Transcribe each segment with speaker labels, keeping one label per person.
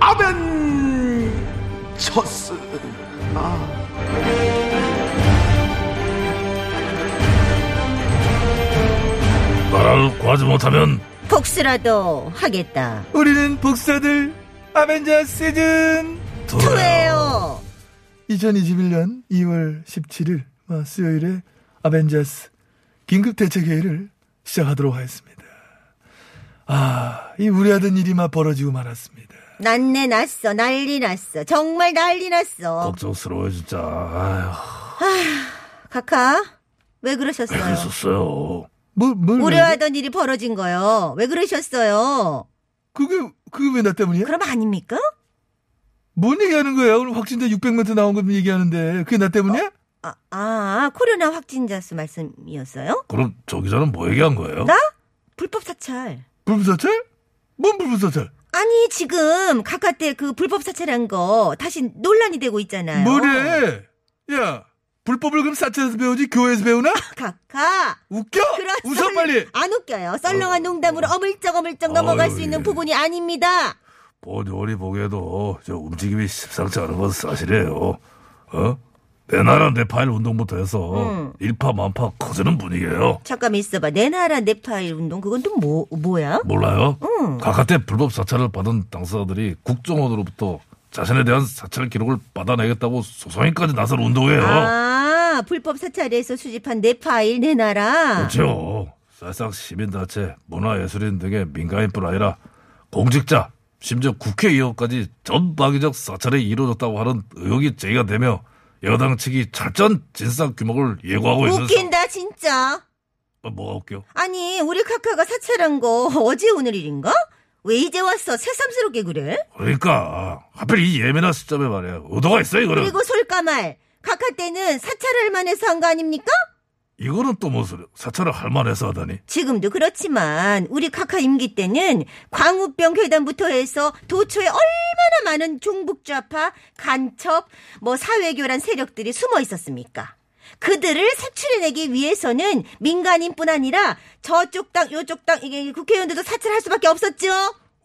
Speaker 1: 아벤처스.
Speaker 2: 나라를 구하지 못하면
Speaker 3: 복수라도 하겠다.
Speaker 4: 우리는 복사들 아벤져 시즌
Speaker 3: 투예요.
Speaker 4: 2021년 2월 17일 어, 수요일에 아벤져스 긴급대책회의를 시작하도록 하겠습니다. 아, 이 우려하던 일이 막 벌어지고 말았습니다.
Speaker 3: 난내 났어. 난리 났어. 정말 난리 났어.
Speaker 2: 걱정스러워요 진짜 아휴
Speaker 3: 카카, 왜
Speaker 2: 애가
Speaker 4: 아,
Speaker 3: 그러셨어요?
Speaker 2: 있었어요
Speaker 4: 뭘, 뭘. 왜-
Speaker 3: 우려하던 일이 벌어진 거요. 왜 그러셨어요?
Speaker 4: 그게, 그게 왜 나 때문이야?
Speaker 3: 그럼 아닙니까?
Speaker 4: 뭔 얘기하는 거야? 오늘 확진자 600m 나온 것 얘기하는데. 그게 나 때문이야?
Speaker 3: 아, 아, 코로나 확진자 수 말씀이었어요?
Speaker 2: 그럼 저 기자는 뭐 얘기한 거예요?
Speaker 3: 나? 불법 사찰.
Speaker 4: 불분사찰? 뭔 불분사찰?
Speaker 3: 아니, 지금 카카 때 그 불법 사찰한 거 다시 논란이 되고 있잖아요.
Speaker 4: 뭐래? 야, 불법을 그럼 사찰에서 배우지? 교회에서 배우나?
Speaker 3: 카카.
Speaker 4: 웃겨?
Speaker 3: 그런
Speaker 4: 웃어
Speaker 3: 썰-
Speaker 4: 빨리. 어.
Speaker 3: 안 웃겨요. 썰렁한 농담으로 어물쩍어물쩍 넘어갈
Speaker 2: 어이.
Speaker 3: 수 있는 부분이 아닙니다.
Speaker 2: 본 요리 보기에도 저 움직임이 십상치 않은 건 사실이에요 어? 내 나라 내 파일 운동부터 해서
Speaker 3: 음.
Speaker 2: 일파만파 커지는 분위기예요
Speaker 3: 잠깐 있어봐. 내 나라 내 파일 운동 그건 또 뭐 뭐야?
Speaker 2: 몰라요?
Speaker 3: 음.
Speaker 2: 가카때 불법 사찰을 받은 당사자들이 국정원으로부터 자신에 대한 사찰 기록을 받아내겠다고 소송에까지 나설
Speaker 4: 어.
Speaker 2: 운동이에요
Speaker 3: 아 불법 사찰에서 수집한 내 파일 내 나라.
Speaker 2: 그렇죠. 사실상 시민단체, 문화예술인 등의 민간인뿐 아니라 공직자, 심지어 국회의원까지 전방위적 사찰이 이루어졌다고 하는 의혹이 제기가 되며 여당 측이 철저한 진상 규명을 예고하고
Speaker 4: 뭐
Speaker 2: 있어서
Speaker 3: 웃긴다 진짜.
Speaker 2: 어, 뭐가 웃겨?
Speaker 3: 아니 우리 카카가 사찰한 거 어제 오늘일인가? 왜 이제 와서 새삼스럽게 그래?
Speaker 2: 그러니까 하필 이 예민한 시점에 말이야 의도가 있어 이거는
Speaker 3: 그리고 솔까말 카카 때는 사찰할 만해서 한 거 아닙니까?
Speaker 2: 이거는 또 무슨 사찰을 할 만해서 하다니
Speaker 3: 지금도 그렇지만 우리 카카 임기 때는 광우병 회담부터 해서 도처에 얼마나 많은 종북좌파, 간첩, 뭐 사회교란 세력들이 숨어 있었습니까? 그들을 색출해내기 위해서는 민간인뿐 아니라 저쪽 당, 요쪽 당, 이게 국회의원들도 사찰할 수밖에 없었죠.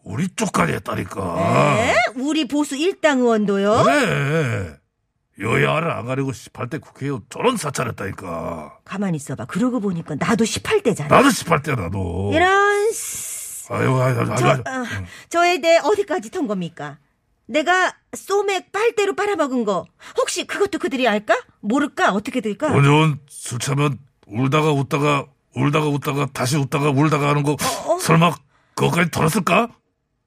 Speaker 2: 우리 쪽까지 했다니까
Speaker 3: 에? 우리 보수 일당 의원도요.
Speaker 2: 네. 그래 여야를 안 가리고 18대 국회의원 저런 사찰했다니까
Speaker 3: 가만히 있어봐. 그러고 보니까 나도 18대잖아.
Speaker 2: 나도 뭐. 18대야 나도
Speaker 3: 이런 쓰-
Speaker 2: 아유, 아유, 아유,
Speaker 3: 저,
Speaker 2: 아유.
Speaker 3: 아, 저에 대해 어디까지 턴 겁니까? 내가 소맥 빨대로 빨아먹은 거 혹시 그것도 그들이 알까? 모를까? 어떻게 될까?
Speaker 2: 본연 술 차면 울다가 웃다가 울다가 웃다가 다시 웃다가 울다가 하는 거
Speaker 3: 어?
Speaker 2: 설마 그것까지 털었을까?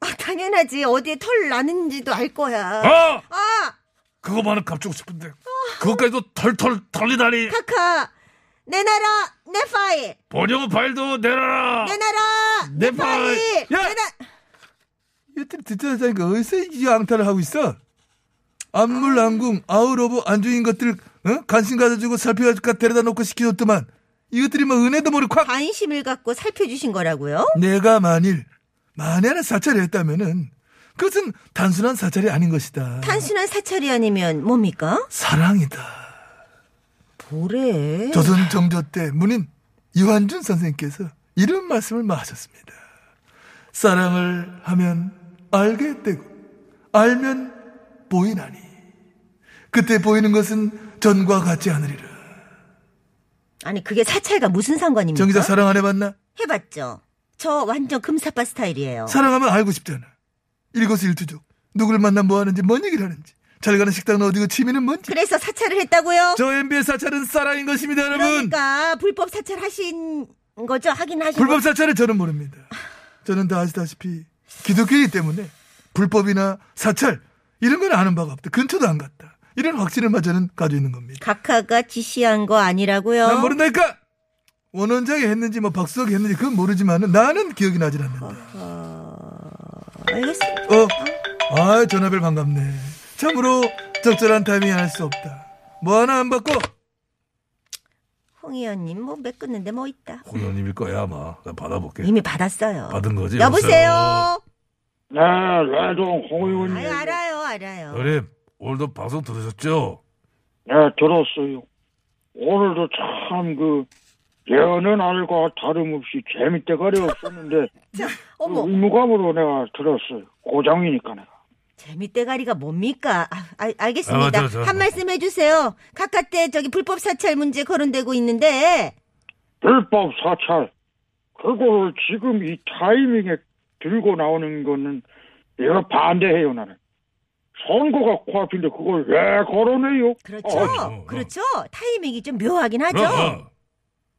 Speaker 3: 아, 당연하지 어디에 털 나는지도 알 거야
Speaker 4: 어?
Speaker 2: 아!
Speaker 3: 아
Speaker 2: 그거만은 감추고 싶은데 그것까지도 털털 털리다니
Speaker 3: 카카 내 나라 내 파일
Speaker 2: 본연 파일도 내놔라
Speaker 3: 내 나라
Speaker 2: 내
Speaker 3: 내, 파일,
Speaker 2: 파일.
Speaker 4: 야!
Speaker 3: 내 나...
Speaker 4: 여튼 듣자니까 어디서 이 앙탈을 하고 있어? 안물 안궁 아울 오브 안주인 것들 어? 관심 가져주고 살펴가지고 데려다 놓고 시켜줬더만 이것들이 뭐 은혜도 모르고 콱
Speaker 3: 관심을 갖고 살펴주신 거라고요?
Speaker 4: 내가 만일 만에나 사찰을 했다면은 그것은 단순한 사찰이 아닌 것이다
Speaker 3: 단순한 사찰이 아니면 뭡니까?
Speaker 4: 사랑이다
Speaker 3: 뭐래
Speaker 4: 조선 정조 때 문인 유한준 선생님께서 이런 말씀을 마 하셨습니다. 사랑을 하면 알게 되고 알면 보이나니 그때 보이는 것은 전과 같지 않으리라.
Speaker 3: 아니 그게 사찰과 무슨 상관입니까?
Speaker 4: 정기자 사랑 안 해봤나?
Speaker 3: 해봤죠 저 완전 금사빠 스타일이에요
Speaker 4: 사랑하면 알고 싶잖아. 일거수일투족 누굴 만나 뭐 하는지 뭔 얘기를 하는지 잘 가는 식당은 어디고 취미는 뭔지
Speaker 3: 그래서 사찰을 했다고요?
Speaker 4: 저 MBS 사찰은 사랑인 것입니다 여러분.
Speaker 3: 그러니까 불법 사찰 하신 거죠? 하긴 하신
Speaker 4: 불법
Speaker 3: 거-
Speaker 4: 사찰을 저는 모릅니다. 저는 다 아시다시피 기독교이기 때문에 불법이나 사찰 이런 건 아는 바가 없다. 근처도 안 갔다. 이런 확신을마 저는 가지고 있는 겁니다.
Speaker 3: 각하가 지시한 거 아니라고요?
Speaker 4: 난 모른다니까. 원원장이 했는지 뭐 박수석이 했는지 그건 모르지만 나는 기억이 나질 않는다.
Speaker 3: 알겠어.
Speaker 4: 어? 아, 전화벨 반갑네. 참으로 적절한 타이밍이 할 수 없다. 뭐 하나 안 받고
Speaker 3: 홍의원님 뭐 몇 끊는데 뭐 있다.
Speaker 2: 홍현님일 거야 아마. 나 받아볼게.
Speaker 3: 이미 받았어요.
Speaker 2: 받은 거지.
Speaker 3: 여보세요.
Speaker 5: 네, 라종 홍 의원님.
Speaker 3: 아유 알아요 알아요.
Speaker 4: 어?
Speaker 2: 형님 오늘도 방송 들으셨죠?
Speaker 5: 네, 들었어요. 오늘도 참 그, 예언은 아닐과 다름없이 재밌대가리 없었는데,
Speaker 3: 어머
Speaker 5: 의무감으로 내가 들었어요. 고장이니까 내가.
Speaker 3: 재미대가리가 뭡니까? 아, 알-
Speaker 2: 아,
Speaker 3: 알겠습니다.
Speaker 2: 저, 저.
Speaker 3: 한 말씀 해주세요. 카카때 저기 불법 사찰 문제 거론되고 있는데
Speaker 5: 불법 사찰. 그거를 지금 이 타이밍에 들고 나오는 거는 내가 반대해요, 나는. 선거가 코앞인데 그걸 왜 거론해요?
Speaker 3: 그렇죠,
Speaker 5: 어,
Speaker 2: 어, 어.
Speaker 3: 그렇죠. 타이밍이 좀 묘하긴 하죠.
Speaker 2: 어,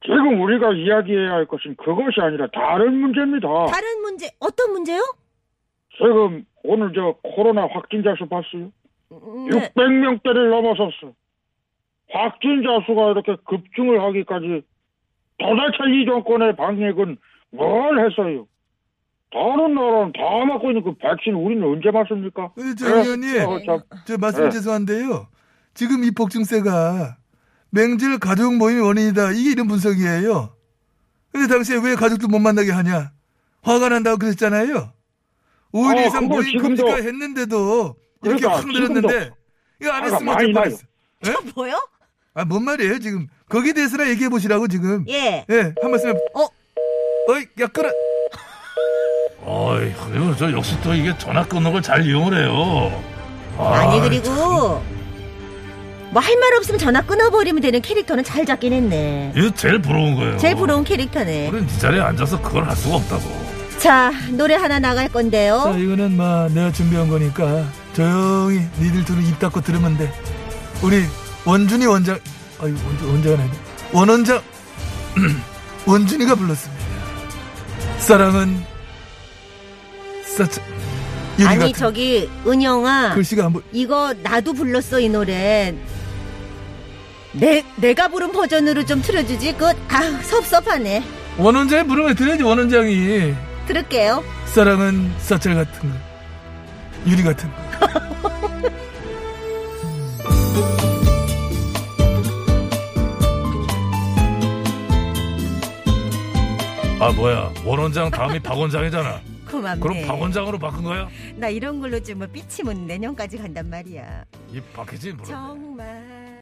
Speaker 5: 지금 우리가 이야기해야 할 것은 그것이 아니라 다른 문제입니다.
Speaker 3: 다른 문제 어떤 문제요?
Speaker 5: 지금 오늘 저 코로나 확진자 수 봤어요?
Speaker 3: 음, 네.
Speaker 5: 600명대를 넘어섰어. 확진자 수가 이렇게 급증을 하기까지 도대체 이 정권의 방역은 뭘 했어요? 다른 나라는 다 맞고 있는 그 백신 우리는 언제 맞습니까?
Speaker 4: 근데 저
Speaker 5: 네.
Speaker 4: 그 의원님.
Speaker 5: 어, 참.
Speaker 4: 저 말씀
Speaker 5: 네.
Speaker 4: 죄송한데요. 지금 이 폭증세가 맹질 가족 모임이 원인이다. 이게 이런 분석이에요. 근데 당시에 왜 가족도 못 만나게 하냐? 화가 난다고 그랬잖아요. 5일
Speaker 5: 어,
Speaker 4: 이상
Speaker 5: 그거
Speaker 4: 모임
Speaker 5: 지금도-
Speaker 4: 금지가 했는데도 이렇게
Speaker 5: 그러니까
Speaker 4: 확 늘었는데
Speaker 5: 지금도
Speaker 4: 이거 안
Speaker 5: 화가
Speaker 4: 했으면
Speaker 5: 많이
Speaker 4: 어쩔
Speaker 5: 나요.
Speaker 4: 뻔했어.
Speaker 3: 뭐요?
Speaker 4: 아, 뭔 말이에요, 지금. 거기에 대해서나 얘기해 보시라고, 지금.
Speaker 3: 예.
Speaker 4: 예, 한 말씀 해
Speaker 3: 어?
Speaker 4: 어이, 야, 끊어.
Speaker 2: 어이 그리고 저 역시 또 이게 전화 끊는 걸 잘 이용을 해요.
Speaker 3: 아니
Speaker 2: 아이,
Speaker 3: 그리고 뭐 할 말 없으면 전화 끊어버리면 되는 캐릭터는 잘 잡긴 했네.
Speaker 2: 이거 제일 부러운 거예요.
Speaker 3: 제일
Speaker 4: 어.
Speaker 3: 부러운 캐릭터네.
Speaker 2: 우린 이 자리에 앉아서 그걸 할 수가 없다고.
Speaker 3: 자 노래 하나 나갈
Speaker 4: 자,
Speaker 3: 건데요.
Speaker 4: 이거는 막 내가 준비한 거니까 조용히 니들 둘은 입 닫고 들으면 돼. 우리 원준이 원장, 아유 원준 원장은 아니 원원장 원준이가 불렀습니다. 사랑은 사차 유리
Speaker 3: 아니
Speaker 4: 같은 그
Speaker 3: 저기 은영아.
Speaker 4: 글씨가 안 보.
Speaker 3: 이거 나도 불렀어 이 노래. 내 내가 부른 버전으로 좀 틀어주지. 그아 섭섭하네.
Speaker 4: 원원장이 부르면 들어야지 원원장이
Speaker 3: 들을게요.
Speaker 4: 사랑은 사찰 같은 거 유리 같은 거.
Speaker 2: 아 뭐야 원원장 다음이 박 원장이잖아.
Speaker 3: 고맙네.
Speaker 2: 그럼 박 원장으로 바꾼 거야?
Speaker 3: 뭐 나 이런 걸로 좀뭐 삐치면 내년까지 간단 말이야.
Speaker 2: 이 박해진 부러.
Speaker 3: 정말.